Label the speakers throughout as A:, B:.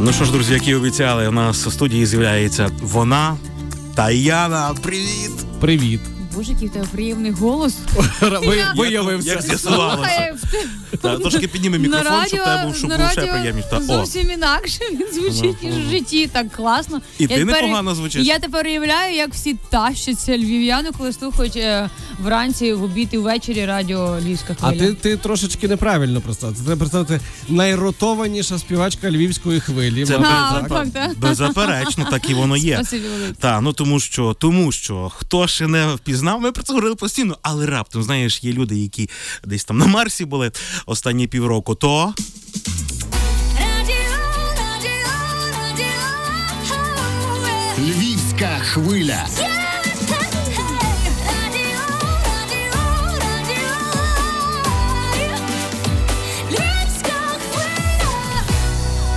A: Ну що ж, друзі, як і обіцяли, у нас у студії з'являється вона. Таяна, привіт!
B: Привіт.
C: Боже, який в тебе приємний голос.
B: Ви,
C: Я-
A: Як
B: виявився.
A: з'ясувалося.
C: Слухай, в те-
A: Та, Трошки підніми мікрофон, щоб тебе був щоб
C: на
A: був ще
C: радіо
A: приємніше. Та, О,
C: зовсім інакше він звучить, ніж в житті. Так класно.
A: І ти
C: тепер-
A: непогано звучиш.
C: Я тепер уявляю, як всі тащаться львів'яни, коли слухають е, вранці, в обід і ввечері радіо Львівська
B: А
C: хвиля.
B: ти, ти трошечки неправильно представив. Це треба представити найротованіша співачка львівської хвилі.
A: Це
B: мабуть,
C: А,
B: так.
A: беззапе-
C: так, так.
A: беззаперечно, так і воно є.
C: Спасибі велике.
A: Та ну тому що тому що хто ще не впізнав, ми про це говорили постійно, але раптом знаєш, є люди, які десь там на Марсі були останні півроку, то
D: Львівська хвиля.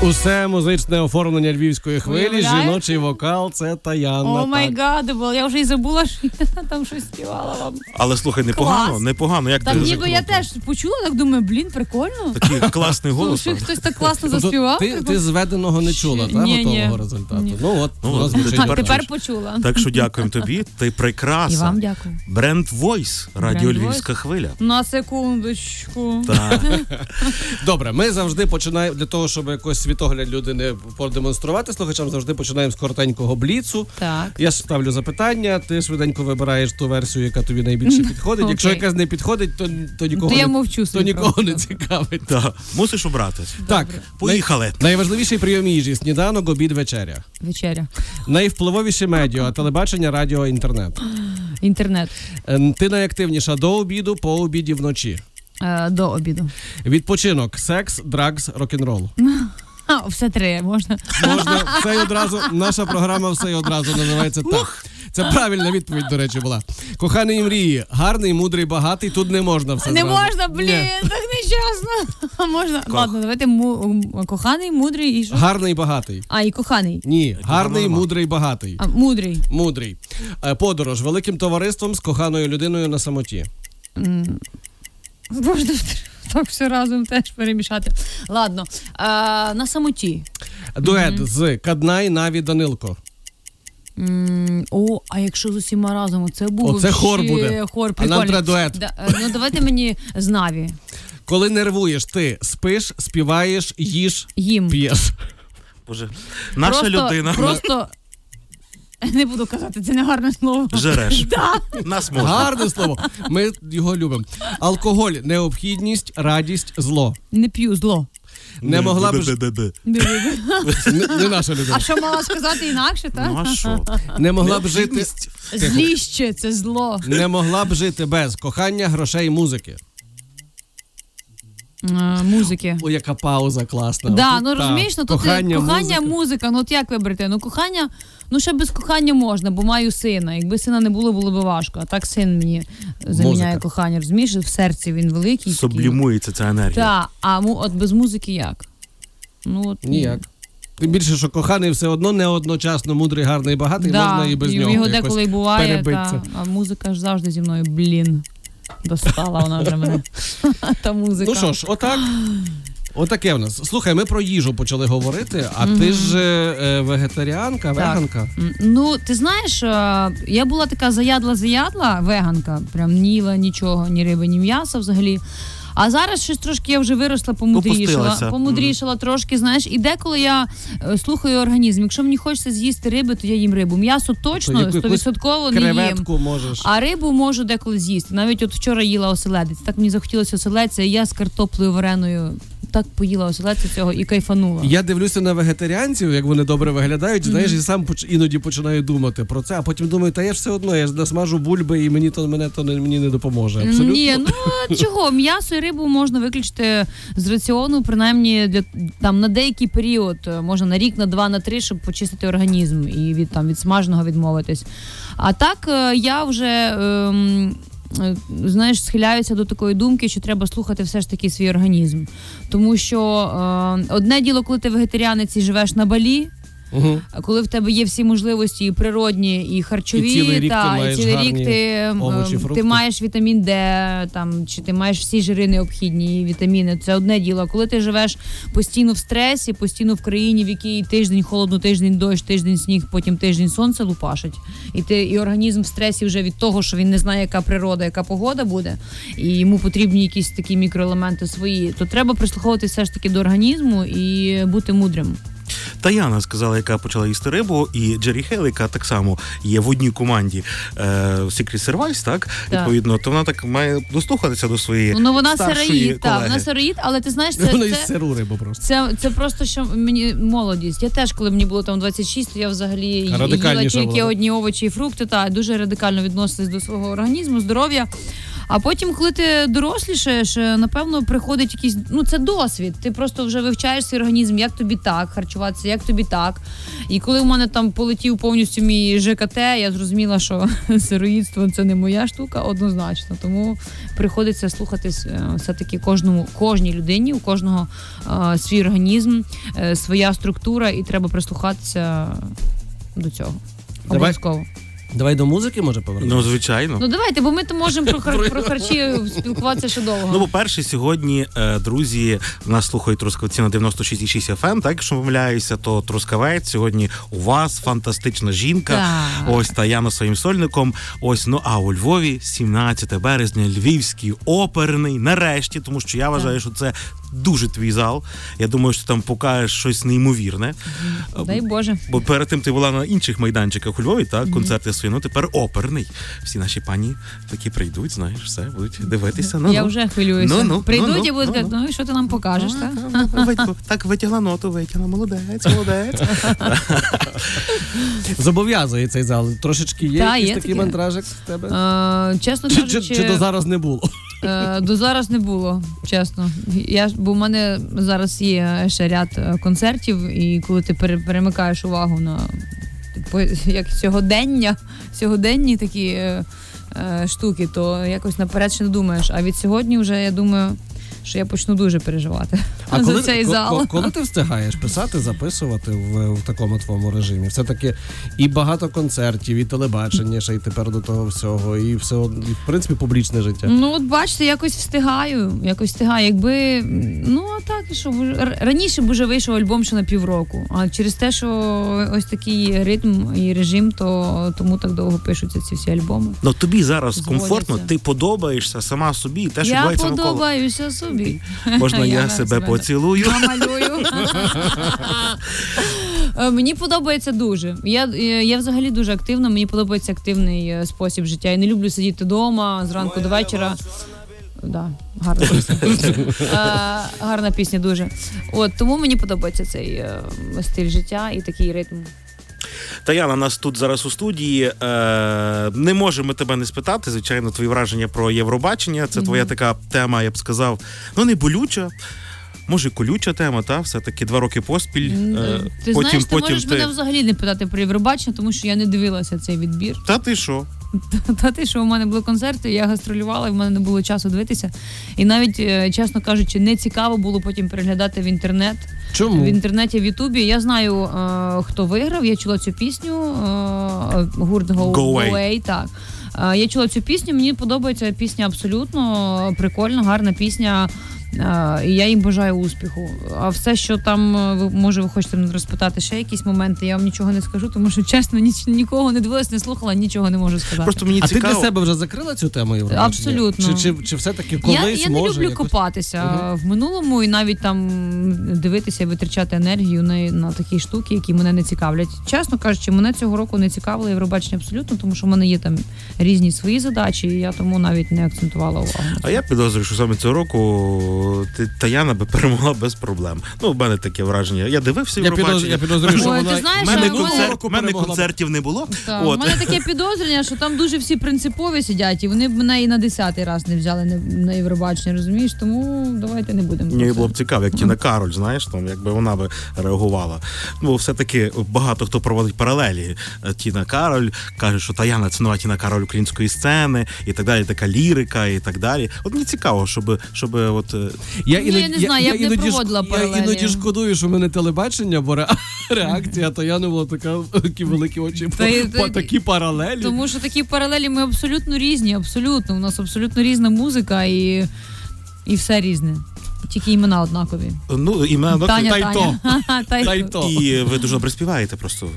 B: Усе музичне оформлення львівської хвилі,
C: Уявляєш?
B: жіночий вокал, це Таяна.
C: О май
B: так.
C: гадабл, я вже і забула, що я там щось співала вам.
A: але слухай, непогано,
C: Клас.
A: непогано. Як
C: Там
A: ти
C: ніби я теж почула, так думаю, блін, прикольно.
A: такий класний голос.
C: Слушай, хтось так класно
B: Тобто
C: заспівав.
B: Ти, ти зведеного не чула,
C: Ще-
B: та,
C: ні,
B: готового
C: ні.
B: результату.
C: Ні.
B: Ну от,
A: Ну,
B: у нас
A: от,
B: звучить.
C: А
A: тепер
C: тепер
A: чуєш.
C: почула.
A: Так що дякуємо тобі. Ти
C: І
A: прекраса.
C: вам дякую.
A: Бренд Войс, радіо
C: Бренд
A: Львівська хвиля.
C: На секундочку.
A: Та
B: Добре, ми завжди починаємо для того, щоб якось світогляд людини продемонструвати слухачам, завжди починаємо з коротенького бліцу.
C: Так.
B: Я ставлю запитання, ти швиденько вибираєш ту версію, яка тобі найбільше підходить.
C: Окей. Ну,
B: Якщо якась не підходить, то, то нікого,
C: То я
B: не-
C: мовчу
B: то
C: собі
B: нікого не
C: просто.
B: цікавить.
A: та мусиш обрати.
B: Так, най-
A: Поїхали.
B: найважливіший прийом їжі сніданок, обід, вечеря.
C: Вечеря.
B: Найвпливовіші медіа, телебачення, радіо, інтернет.
C: Інтернет
B: Ем, Ти найактивніша до обіду, по обіді вночі.
C: Е, до обіду.
B: Відпочинок, секс, драгс, рок-н-рол.
C: А, все три можна.
B: Можна все й одразу. Наша програма все й одразу називається так. Це правильна відповідь, до речі, була. Коханий мрії, гарний, мудрий, багатий. Тут не можна все
C: Не
B: зразу.
C: можна, блін,
B: Ні.
C: так нещасно. Можна. Ладно, давайте му- м, коханий, мудрий і що?
B: Гарний, багатий.
C: А, і коханий.
B: Ні, гарний,
A: нема.
B: мудрий, багатий.
C: А, мудрий.
B: Мудрий. Е, Подорож великим товариством з коханою людиною на самоті.
C: Можна так все разом теж перемішати. Ладно. Е, на самоті.
B: Дует з Каднай, Наві, Данилко.
C: М, О, а якщо з усіма разом, оце було.
B: Оце хор
C: ще
B: буде. А
C: Хор,
B: нам
C: прикольно.
B: треба дует.
C: Да, е, ну давайте мені з Наві.
B: Коли нервуєш, ти спиш, співаєш, їш,
C: Їм.
B: п'єш.
A: Боже, наша
C: просто,
A: людина
C: Просто не буду казати, це не гарне слово.
A: жереш. Нас можна.
B: Гарне слово. Ми його любимо. Алкоголь, необхідність, радість, зло.
C: Не п'ю зло.
B: Не могла б ж-
A: Де-де-де-де.
B: не, не наша людина.
C: А що мала сказати інакше,
A: Ну
C: так?
A: а що?
B: Не могла б жити.
C: Зліще це зло.
B: Не могла б жити без кохання, грошей, музики.
C: Е, Музики.
B: О, яка пауза класна.
C: Да,
B: Тут,
C: ну
B: та,
C: розумієш, ну то ти-
B: кохання,
C: кохання,
B: музика.
C: музика. Ну от як вибрати? Ну кохання, ну ще без кохання можна, бо маю сина. Якби сина не було, було б важко. А так син мені заміняє
B: Музика.
C: кохання. Розумієш, в серці він великий.
A: Сублімується ця енергія.
C: Так, а му, от без музики як? Ну от
B: Ніяк. Тим більше, що коханий все одно не одночасно мудрий, гарний, багатий,
C: Да,
B: можна і без нього.
C: Його
B: якось
C: деколи й буває,
B: перебитися.
C: та, а музика ж завжди зі мною, блін. Достала вона вже мене. Та музика.
B: Ну що ж, отак. Отаке в нас. Слухай, ми про їжу почали говорити, а ти ж е, е, вегетаріанка, веганка.
C: М, Ну, ти знаєш, е, я була така заядла-заядла, веганка, прям ніла нічого, ні риби, ні м'яса взагалі. А зараз щось трошки я вже виросла, помудрішала,
A: Попустилася.
C: помудрішала трошки, знаєш, і деколи я е, слухаю організм. Якщо мені хочеться з'їсти риби, то я їм рибу. М'ясо
B: То
C: точно
B: яку- якусь
C: стовідсотково не їм.
B: Креветку можеш.
C: А рибу можу деколи з'їсти. Навіть от вчора їла оселедець. Так мені захотілося оселедця, і я з картоплею вареною так поїла оселедця цього і кайфанула.
B: Я дивлюся на вегетаріанців, як вони добре виглядають, знаєш, і сам поч- іноді починаю думати про це, а потім думаю, та я ж все одно, я ж насмажу бульби, і мені то мене то не мені не допоможе. Абсолютно.
C: Ні, ну а чого? М'ясо і рибу можна виключити з раціону, принаймні для там на деякий період, е, можна на рік, на два, на три, щоб почистити організм і від там від смаженого відмовитись. А так е, я вже. ем, е, Знаєш, схиляюся до такої думки, що треба слухати все ж таки свій організм. Тому що е, одне діло, коли ти вегетаріанець і живеш на балі,
B: Угу.
C: коли в тебе є всі можливості і природні, і харчові,
B: І цілий рік ти
C: та,
B: маєш
C: і цілий
B: гарні
C: рік ти, ем,
B: овочі, фрукти.
C: ти маєш вітамін Д, там чи ти маєш всі жири необхідні, і вітаміни. Це одне діло. Коли ти живеш постійно в стресі, постійно в країні, в якій тиждень холодно, тиждень дощ, тиждень сніг, потім тиждень сонце лупашить. І ти і організм в стресі вже від того, що він не знає, яка природа, яка погода буде, і йому потрібні якісь такі мікроелементи свої, то треба прислуховуватися все ж таки до організму і бути мудрим.
A: Таяна сказала, яка почала їсти рибу, і Джері Хейл, яка так само є в одній команді е, Secret Service, так?
C: Так.
A: Відповідно, то вона так має дослухатися до своєї.
C: Ну, ну вона
A: старшої
C: сироїд, так,
A: колеги.
C: вона сироїд, але ти знаєш,
B: Воно
C: це,
B: із
C: це,
B: сиру рибу просто.
C: це, це просто що мені молодість. Я теж, коли мені було там 26, то я взагалі ї- їла
B: Радикальніша
C: тільки
B: була.
C: одні овочі і фрукти, та дуже радикально відносилась до свого організму, здоров'я. А потім, коли ти дорослішаєш, е, напевно, приходить якийсь ну це досвід. Ти просто вже вивчаєш свій організм, як тобі так харчуватися, як тобі так. І коли в мене там полетів повністю мій ЖКТ, я зрозуміла, що сироїдство це не моя штука, однозначно. Тому приходиться слухатись е, все-таки кожному, кожній людині, у кожного е, свій організм, е, своя структура, і треба прислухатися до цього.
B: Давай.
C: Обов'язково.
B: Давай до музики може
A: Ну,
B: повернемося?
A: звичайно.
C: Ну давайте, бо ми то можемо про, хар- про харчі спілкуватися ще довго.
A: Ну, по-перше, сьогодні е, друзі нас слухають трускавці на 96,6 FM, ем. так якщо помиляюся, то трускавець сьогодні у вас фантастична жінка.
C: Так.
A: Ось Таяна своїм сольником. Ось ну а у Львові, 17 березня, Львівський оперний. Нарешті, тому що я вважаю, що це дуже твій зал. Я думаю, що там покажеш щось неймовірне. Ну, Е,
C: Дай Боже.
A: Бо перед тим ти була на інших майданчиках у Львові, так, концерти свої. Ну тепер оперний. Всі наші пані такі прийдуть, знаєш, все будуть дивитися. Ну,
C: я
A: ну.
C: вже хвилююся.
A: Ну, ну,
C: Прийдуть
A: ну,
C: і будуть
A: ну,
C: казати,
A: ну.
C: ну і що ти нам покажеш, так?
A: А, та, витягла- Так витягла ноту, витягла, молодець, молодець.
B: Зобов'язує цей зал. Трошечки є
C: Та,
B: якийсь
C: є
B: такий
C: таке.
B: мандражик з тебе?
C: Е, чесно
B: Чи, чи,
C: кажучи,
B: чи до зараз не було?
C: Е, До зараз не було, чесно. Я ж бо в мене зараз є ще ряд е, концертів, і коли ти пере- перемикаєш увагу на типу, як сьогодення, сьогоденні такі е, е, штуки, то якось наперед ще не думаєш. А від сьогодні вже я думаю, що я почну дуже переживати за цей
B: ко-
C: зал.
B: ко- коли ти встигаєш писати, записувати в, в такому твоєму режимі? Все таки і багато концертів, і телебачення, ще й тепер до того всього, і все од- і, в принципі публічне життя.
C: Ну, от бачите, якось встигаю. Якось встигаю. Якби ну а так, і що р- раніше б уже вийшов альбом ще на півроку. А через те, що ось такий ритм і режим, то тому так довго пишуться ці всі альбоми.
A: Ну тобі зараз
C: Згодяться.
A: комфортно, ти подобаєшся сама собі, і те, що
C: я
A: відбувається навколо.
C: подобаюся собі.
A: Можна я, себе
C: Я себе так.
A: поцілую.
C: Намалюю. Е, Мені подобається дуже. Я, е, я взагалі дуже активна. Мені подобається активний е, спосіб життя. Я не люблю сидіти вдома зранку до вечора. Да, гарна пісня. Е, гарна пісня дуже. От тому мені подобається цей е, стиль життя і такий ритм.
A: Таяна, нас тут зараз у студії. Е, не можемо тебе не спитати. Звичайно, твої враження про Євробачення. Це твоя така тема, я б сказав, ну не болюча. Може, колюча тема, та все-таки два роки поспіль. е,
C: ти знаєш, ти можеш мене взагалі не питати про Євробачення, тому що я не дивилася цей відбір.
A: Та ти що?
C: Та те, що у мене були концерти, я гастролювала, і в мене не було часу дивитися. І навіть, е, чесно кажучи, не цікаво було потім переглядати в інтернет. В
B: Чому?
C: інтернеті в Ютубі я знаю, е, хто виграв. Я чула цю пісню е, гурт Go,
A: Go Away.
C: Go Away, так. Е, Я чула цю пісню, мені подобається пісня абсолютно прикольно, гарна пісня. Е, І я їм бажаю успіху. А все, що там е, ви може, ви хочете мене розпитати ще якісь моменти, я вам нічого не скажу, тому що чесно ніч нікого не дивилась, не слухала, нічого не можу сказати.
A: Просто мені
B: А ти
A: цікаво.
B: для себе вже закрила цю тему Євробачення?
C: Абсолютно.
B: Чи, чи, чи все-таки колись
C: я, я не
B: може
C: люблю
B: якось-
C: копатися
B: Мгм.
C: в минулому і навіть там дивитися і витрачати енергію на, на такі штуки, які мене не цікавлять. Чесно кажучи, мене цього року не цікавило Євробачення абсолютно, тому що в мене є там різні свої задачі, і я тому навіть не акцентувала увагу.
A: А я підозрюю, що саме цього року ти Таяна би перемогла без проблем. Ну, в мене таке враження. Я дивився
B: Я, підозр...
A: Євробачення.
B: я підозрюю, що
C: Ой, ти
B: вона
A: У
C: знаєш,
A: мене,
C: що
A: концерт-
B: року
A: в мене
B: перемогла б.
A: концертів не було.
C: Та, У
A: От.
C: мене таке підозрення, що там дуже всі принципові сидять, і вони б мене і на десятий раз не взяли на, на Євробачення, розумієш? Тому давайте не будемо. про
A: Мені
C: це.
A: було б цікаво, як Тіна Кароль, знаєш, там якби вона би реагувала. Бо все-таки багато хто проводить паралелі. Е, Тіна Кароль каже, що Таяна це нова Тіна Кароль української сцени, і так далі, така лірика, і так далі. От мені цікаво, щоб, щоб от е,
B: Я
C: Ну, я не знаю, я б не
B: іноді,
C: проводила
B: я
C: паралелі.
B: іноді шкодую, що в мене телебачення, бо ре- реакція Таяни була така, такі великі очі,
C: Та й-
B: по, по такі паралелі.
C: Тому що такі паралелі ми абсолютно різні, абсолютно. У нас абсолютно різна музика і, і все різне. Тільки імена однакові.
A: Ну, імена
C: Таня,
A: та й то.
C: Таня. Ха-ха, Та й
B: Та й
C: то.
B: то.
A: І ви дуже добре співаєте просто.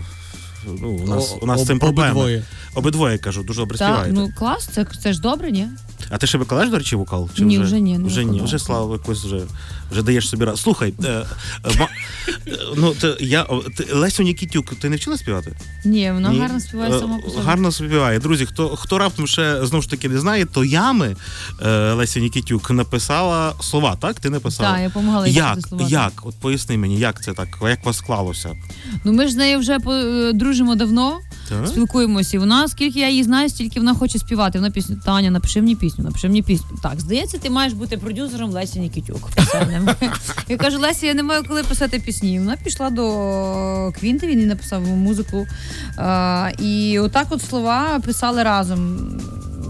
A: Ну, у нас,
B: О-
A: у нас з цим
B: об-
A: проблеми.
B: обидвоє.
A: Обидвоє, кажу, дуже добре
C: Та,
A: співаєте.
C: ну клас, це, це ж добре, ні?
A: А ти ще викладаєш, до речі, вокал? Чи
C: Ні,
A: вже,
C: вже ні, не
A: вже ні,
C: викладаю.
A: вже слава якось вже, вже даєш собі раз. Слухай, е, е, ма- е, ну ти, я о, ти, Лесю Нікітюк, ти не вчила співати?
C: Ні, вона
A: Ні.
C: гарно співає
A: Е,
C: сама по собі.
A: Гарно співає. Друзі, хто, хто раптом ще знову ж таки не знає, то ями е, Леся Нікітюк написала слова, так? Ти написала?
C: Так, я допомагала їй
A: як,
C: писати слова.
A: як? От поясни мені, як це так? Як у вас склалося?
C: Ну ми ж з нею вже по- е, дружимо давно,
A: Так?
C: спілкуємося. І вона, скільки я її знаю, стільки вона хоче співати. Вона пісню Таня, напиши мені пісню, напиши мені пісню. Так, здається, ти маєш бути продюсером Лесі Нікітюк. Все, не- Я кажу, Лесі, я не маю коли писати пісні. Вона пішла до Квінти, він їй написав музику. Е, І отак от слова писали разом.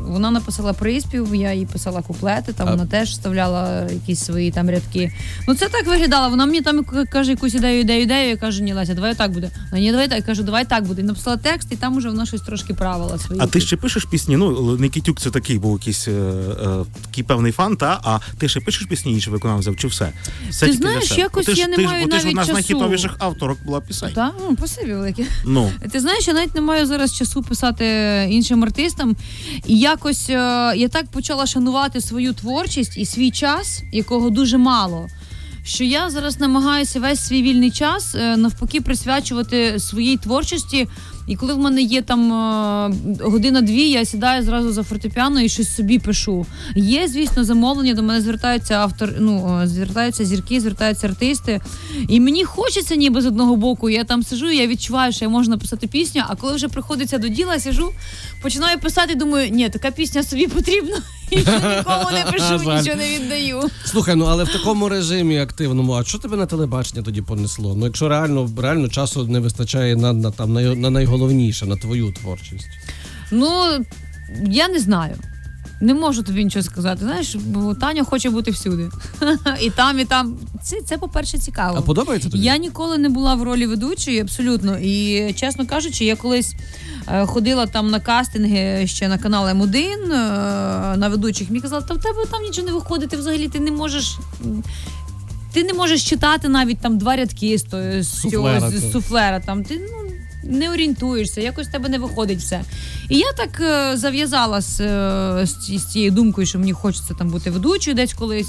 C: Вона написала приспів, я їй писала куплети, там
B: А-
C: вона теж вставляла якісь свої там рядки. Ну це так виглядало. Вона мені там к- каже якусь ідею, ідею, ідею. Я кажу, ні, Леся, давай так буде. Вона ні, давай так. Я кажу, давай так буде. І написала текст, і там уже вона щось трошки правила свої.
A: А ти ще пишеш пісні? Ну, Никітюк це такий був якийсь е, е, такий певний фан, та? а ти ще пишеш пісні інших виконавців, чи все? все
C: Ти
A: тільки
C: знаєш,
A: для себе?
C: якось
A: ти ж,
C: я не
A: ти ж-
C: маю
A: бо ти ж
C: навіть
A: одна з
C: часу.
A: найхітовіших авторок була пісень.
C: Так, ну, спасибі велике.
A: Ну,
C: Ти знаєш, я навіть не маю зараз часу писати іншим артистам. І якось е, я так почала шанувати свою творчість і свій час, якого дуже мало. Що я зараз намагаюся весь свій вільний час е, навпаки присвячувати своїй творчості. І коли в мене є там е, година-дві, я сідаю зразу за фортепіано і щось собі пишу. Є, звісно, замовлення. До мене звертаються автор, ну е, звертаються зірки, звертаються артисти. І мені хочеться ніби з одного боку. Я там сижу, і я відчуваю, що я можу написати пісню. А коли вже приходиться до діла, сижу, починаю писати, думаю, ні, така пісня собі потрібна. І вже нікому не пишу,
B: Жаль.
C: нічого не віддаю.
B: Слухай, ну але в такому режимі активному, а що тебе на телебачення тоді понесло? Ну якщо реально реально часу не вистачає на, на там на, на найголовніше, на твою творчість.
C: Ну я не знаю. Не можу тобі нічого сказати. Знаєш, бо Таня хоче бути всюди. І там, і там. Це, це по-перше, цікаво.
B: А подобається тобі?
C: Ем, Я ніколи не була в ролі ведучої, абсолютно. І чесно кажучи, я колись е, ходила там на кастинги ще на канал М1 е, на ведучих. Мені казали, та в тебе там нічого не виходить, ти взагалі ти не можеш. м, Ти не можеш читати навіть там два рядки з, тої- з,
B: Суфлера
C: цього, з, з
B: це.
C: суфлера. Там ти ну не орієнтуєшся, якось в тебе не виходить все. І я так е, зав'язала з, е, з, ці- з цією думкою, що мені хочеться там бути ведучою десь колись.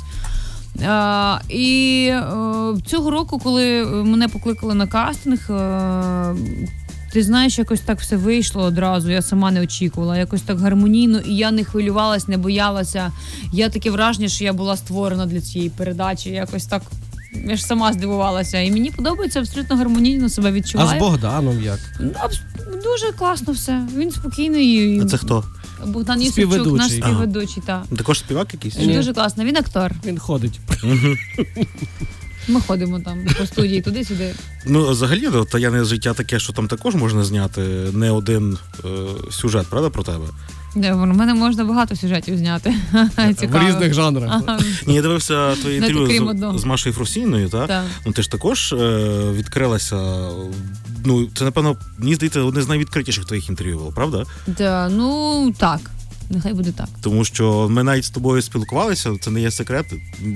C: А, і е, цього року, коли мене покликали на кастинг, е, ти знаєш, якось так все вийшло одразу. Я сама не очікувала. Якось так гармонійно, і я не хвилювалась, не боялася. Я таке враження, що я була створена для цієї передачі. Якось так. Я ж сама здивувалася, і мені подобається абсолютно гармонійно себе відчуваю.
B: А з Богданом як?
C: Ну, абс- дуже класно все. Він спокійний. і-
A: а це хто?
C: Богдан Юсипчук,
B: Співведучий.
C: наш
B: А.
C: співведучий. Та.
A: Також співак якийсь?
B: Ні.
C: Дуже класно. Він актор.
B: Він ходить.
C: Ми ходимо там по студії туди-сюди.
A: Ну, взагалі, ну, таяне життя таке, що там також можна зняти не один е, сюжет, правда, про тебе?
C: Де в мене можна багато сюжетів зняти. Цікаво.
B: В різних жанрах.
C: Ага,
A: Ні, я дивився твоє
C: Знаєте, Ну, крім
A: інтерв'ю
C: одного.
A: з, з Машею Фросіною, та?
C: так.
A: Ну ти ж також е, відкрилася. Ну, це, напевно, мені здається, одне з найвідкритіших твоїх інтерв'ю було, правда?
C: Да, Ну так. Нехай буде так.
A: Тому що ми навіть з тобою спілкувалися, це не є секрет.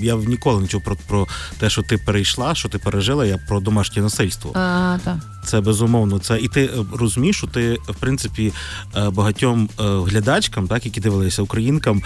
A: Я ніколи не чув про, про те, що ти перейшла, що ти пережила, я про домашнє насильство.
C: А, так.
A: Це безумовно. Це і ти е, розумієш, що ти в принципі е, багатьом е, глядачкам, так які дивилися українкам,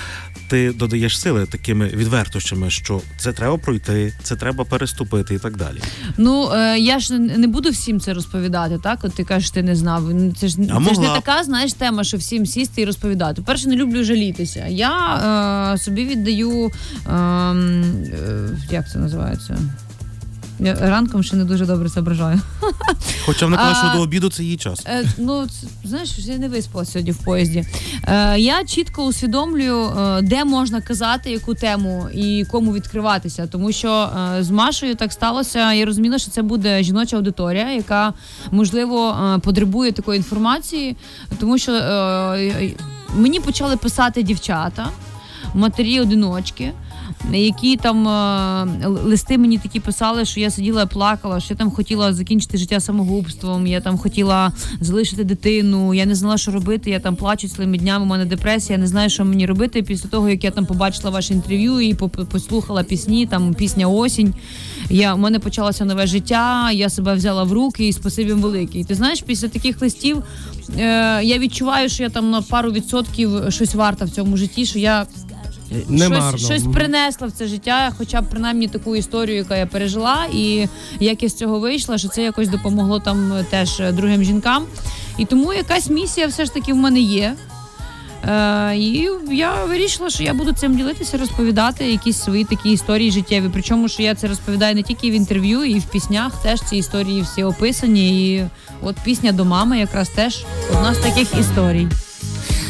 A: ти додаєш сили такими відвертощами, що це треба пройти, це треба переступити і так далі.
C: Ну е, я ж не не буду всім це розповідати, так? От ти кажеш, ти не знав. Ну, Це ж, це ж не
A: могла б.
C: така, знаєш, тема, що всім сісти і розповідати. Перше, не люблю жалітися. Я е, собі віддаю, е, м, е, як це називається? Я ранком ще не дуже добре соображаю.
A: Хоча вона каже,
C: А-
A: що до обіду це її час.
C: Е, ну, ц- знаєш, я не виспала сьогодні в поїзді. Е, я чітко усвідомлюю, е, де можна казати, яку тему і кому відкриватися. Тому що е, з Машею так сталося. Я розуміла, що це буде жіноча аудиторія, яка можливо е, потребує такої інформації, тому що е, мені почали писати дівчата матері одиночки. які там е, л- листи мені такі писали, що я сиділа і плакала, що я там хотіла закінчити життя самогубством, я там хотіла залишити дитину, я не знала, що робити. Я там плачу цілими днями, у мене депресія, не знаю, що мені робити. Після того, як я там побачила ваше інтерв'ю і поп- послухала пісні, там пісня осінь. Я у мене почалося нове життя, я себе взяла в руки і спасибі їм велике. І ти знаєш, після таких листів е, я відчуваю, що я там на пару відсотків щось варта в цьому житті, що я
B: Немарно.
C: щось, щось принесла в це життя, хоча б принаймні таку історію, яку я пережила, і як я з цього вийшла, що це якось допомогло там е, теж е, другим жінкам. І тому якась місія все ж таки в мене є. Е, і я вирішила, що я буду цим ділитися, розповідати якісь свої такі історії життєві. Причому, що я це розповідаю не тільки в інтерв'ю, і в піснях теж ці історії всі описані. І от пісня до мами якраз теж одна з таких історій.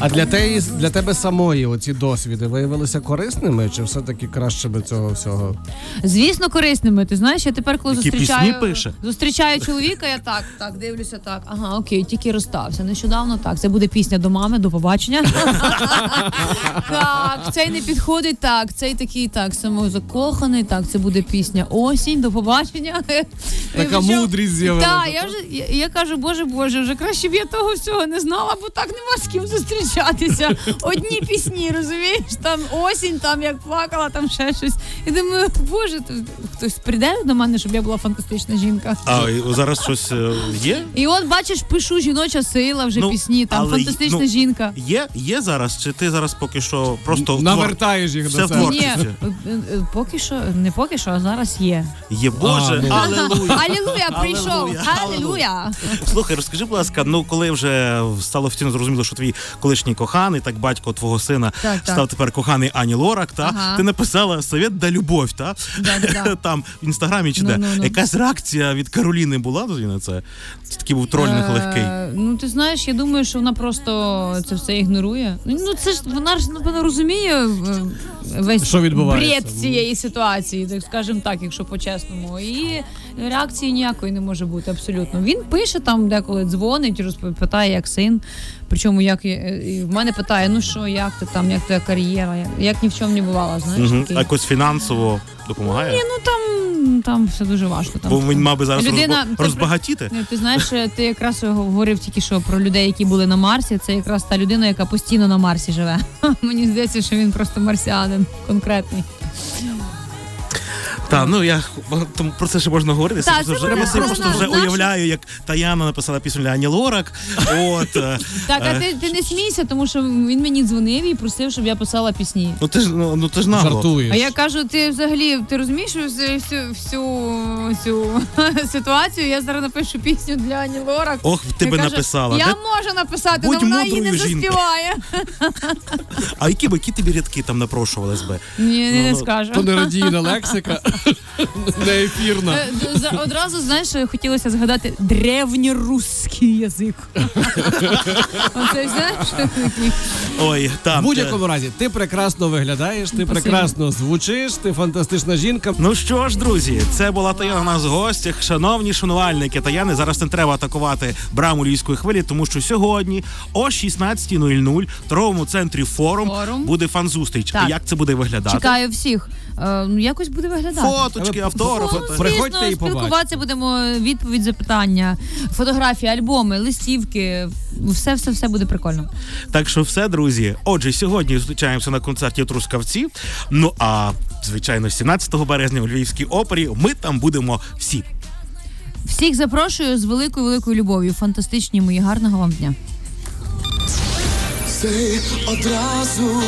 B: А для те для тебе самої оці досвіди виявилися корисними, чи все-таки краще би цього всього?
C: Звісно, корисними. Ти знаєш, я тепер, коли
A: Які
C: зустрічаю,
A: пісні пише?
C: зустрічаю чоловіка, я так, так дивлюся, так. Ага, окей, тільки розстався. Нещодавно так. Це буде пісня до мами, до побачення. так, цей не підходить, так. Цей такий, так, самозакоханий, так, це буде пісня осінь, до побачення. І
B: Така
C: причому-
B: мудрість з'явилася.
C: Так, я вже я, я кажу, боже боже, вже краще б я того всього не знала, бо так нема з ким зустрічатися. Одні пісні, розумієш? Там осінь, там як плакала, там ще щось. І думаю, боже, то хтось прийде до мене, щоб я була фантастична жінка.
A: А і зараз щось е, є?
C: І от бачиш, пишу жіноча сила, вже
A: Ну,
C: пісні, там
A: але й-
C: фантастична
A: ну,
C: жінка.
A: Є? Є зараз? Чи ти зараз поки що просто твор-
B: Навертаєш їх
A: все
B: до
A: в
B: себе.
A: твор-
C: Ні,
A: творчості.
C: е, е, поки що, не поки що, а зараз є.
A: Є Боже,
B: А, ну.
A: алелуя.
C: Алілуя, прийшов!
A: Алілуя,
C: Алілуя!
A: Слухай, розкажи, будь ласка, ну коли вже стало втім зрозуміло, що твій колишній коханий, так батько твого сина
C: Так, так.
A: став тепер коханий Ані Лорак, та
C: Ага.
A: ти написала совет да любов, та
C: Да, да, Ну, да.
A: там в інстаграмі чи де
C: Ну-ну-ну.
A: якась реакція від Кароліни була тоді на це? Це такий був тролінг
C: Е,
A: легкий.
C: Ну ти знаєш, я думаю, що вона просто це все ігнорує. Ну ну, це ж вона ж напевно розуміє е, весь
B: Що відбувається?
C: бред цієї ситуації, так скажімо так, якщо по-чесному. І реакції ніякої не може бути абсолютно. Він пише там деколи дзвонить, розпи- питає, як син. Причому як я- е, і в мене питає, ну що, як ти там, як твоя кар'єра, як, як ні в чому не бувала, знаєш?
A: Мгм.
C: такий.
A: А Якось фінансово допомагає?
C: Ні, ну там, там все дуже важко. Там
A: Бо він мав би зараз
C: Людина-
A: розба- розбагатіти.
C: Ну, ти знаєш, е, ти якраз говорив тільки що про людей, які були на Марсі. Це якраз та людина, яка постійно на Марсі живе. Мені здається, що він просто марсіанин конкретний.
A: Та ну я там про це ще можна говорити.
C: Та,
A: я
C: це
A: просто вже,
C: правда.
A: я просто
C: Вона
A: вже
C: наша.
A: уявляю, як Таяна написала пісню для Ані Лорак. От е,
C: Так, а
A: Е.
C: ти, ти не смійся, тому що він мені дзвонив і просив, щоб я писала пісні.
A: ну ти ж ну ну, ти ж нагло.
B: Жартуєш.
C: А я кажу, ти взагалі ти розумієш всю, всю, всю цю ситуацію? Я зараз напишу пісню для Ані Лорак.
A: Ох, ти
C: Я
A: би
C: кажу,
A: написала.
C: Я
A: Де-
C: можу написати, але
A: Будь
C: вона її не
A: мудрою жінкою.
C: заспіває.
A: А які б які тобі рядки там напрошувались би?
C: Ні, не,
A: Ну,
C: не
A: ну,
C: скажу.
B: То не радійна лексика, не ефірна.
C: Е, д- за- Одразу знаєш, е, хотілося згадати древньоруський язик. Оце знаєш такий.
A: Ой,
B: В
A: там
B: будь-якому разі, ти прекрасно виглядаєш, ти прекрасно звучиш, ти фантастична жінка.
A: Ну що ж, друзі, це була Таяна у нас в гостях. Шановні шанувальники Таяни, зараз не треба атакувати браму львівської хвилі, тому що сьогодні о 16.00 в торговому центрі форум,
C: Форум.
A: буде фан-зустріч.
C: Так.
A: Як це буде виглядати?
C: Чекаю всіх. Е, Ну якось буде виглядати.
A: Фоточки,
B: Але
A: автографи.
B: фото-
A: та-
C: Ну,
B: Приходьте
C: звісно,
B: і побачите.
C: спілкуватися будемо відповідь запитання, фотографії, альбоми, листівки. Все, все, все буде прикольно.
A: Так що все, друзі. Отже, сьогодні зустрічаємося на концерті Трускавці. Ну а звичайно, 17 березня у Львівській опері ми там будемо всі.
C: Всіх запрошую з великою великою любов'ю. Фантастичні мої гарного вам дня.
D: Все одразу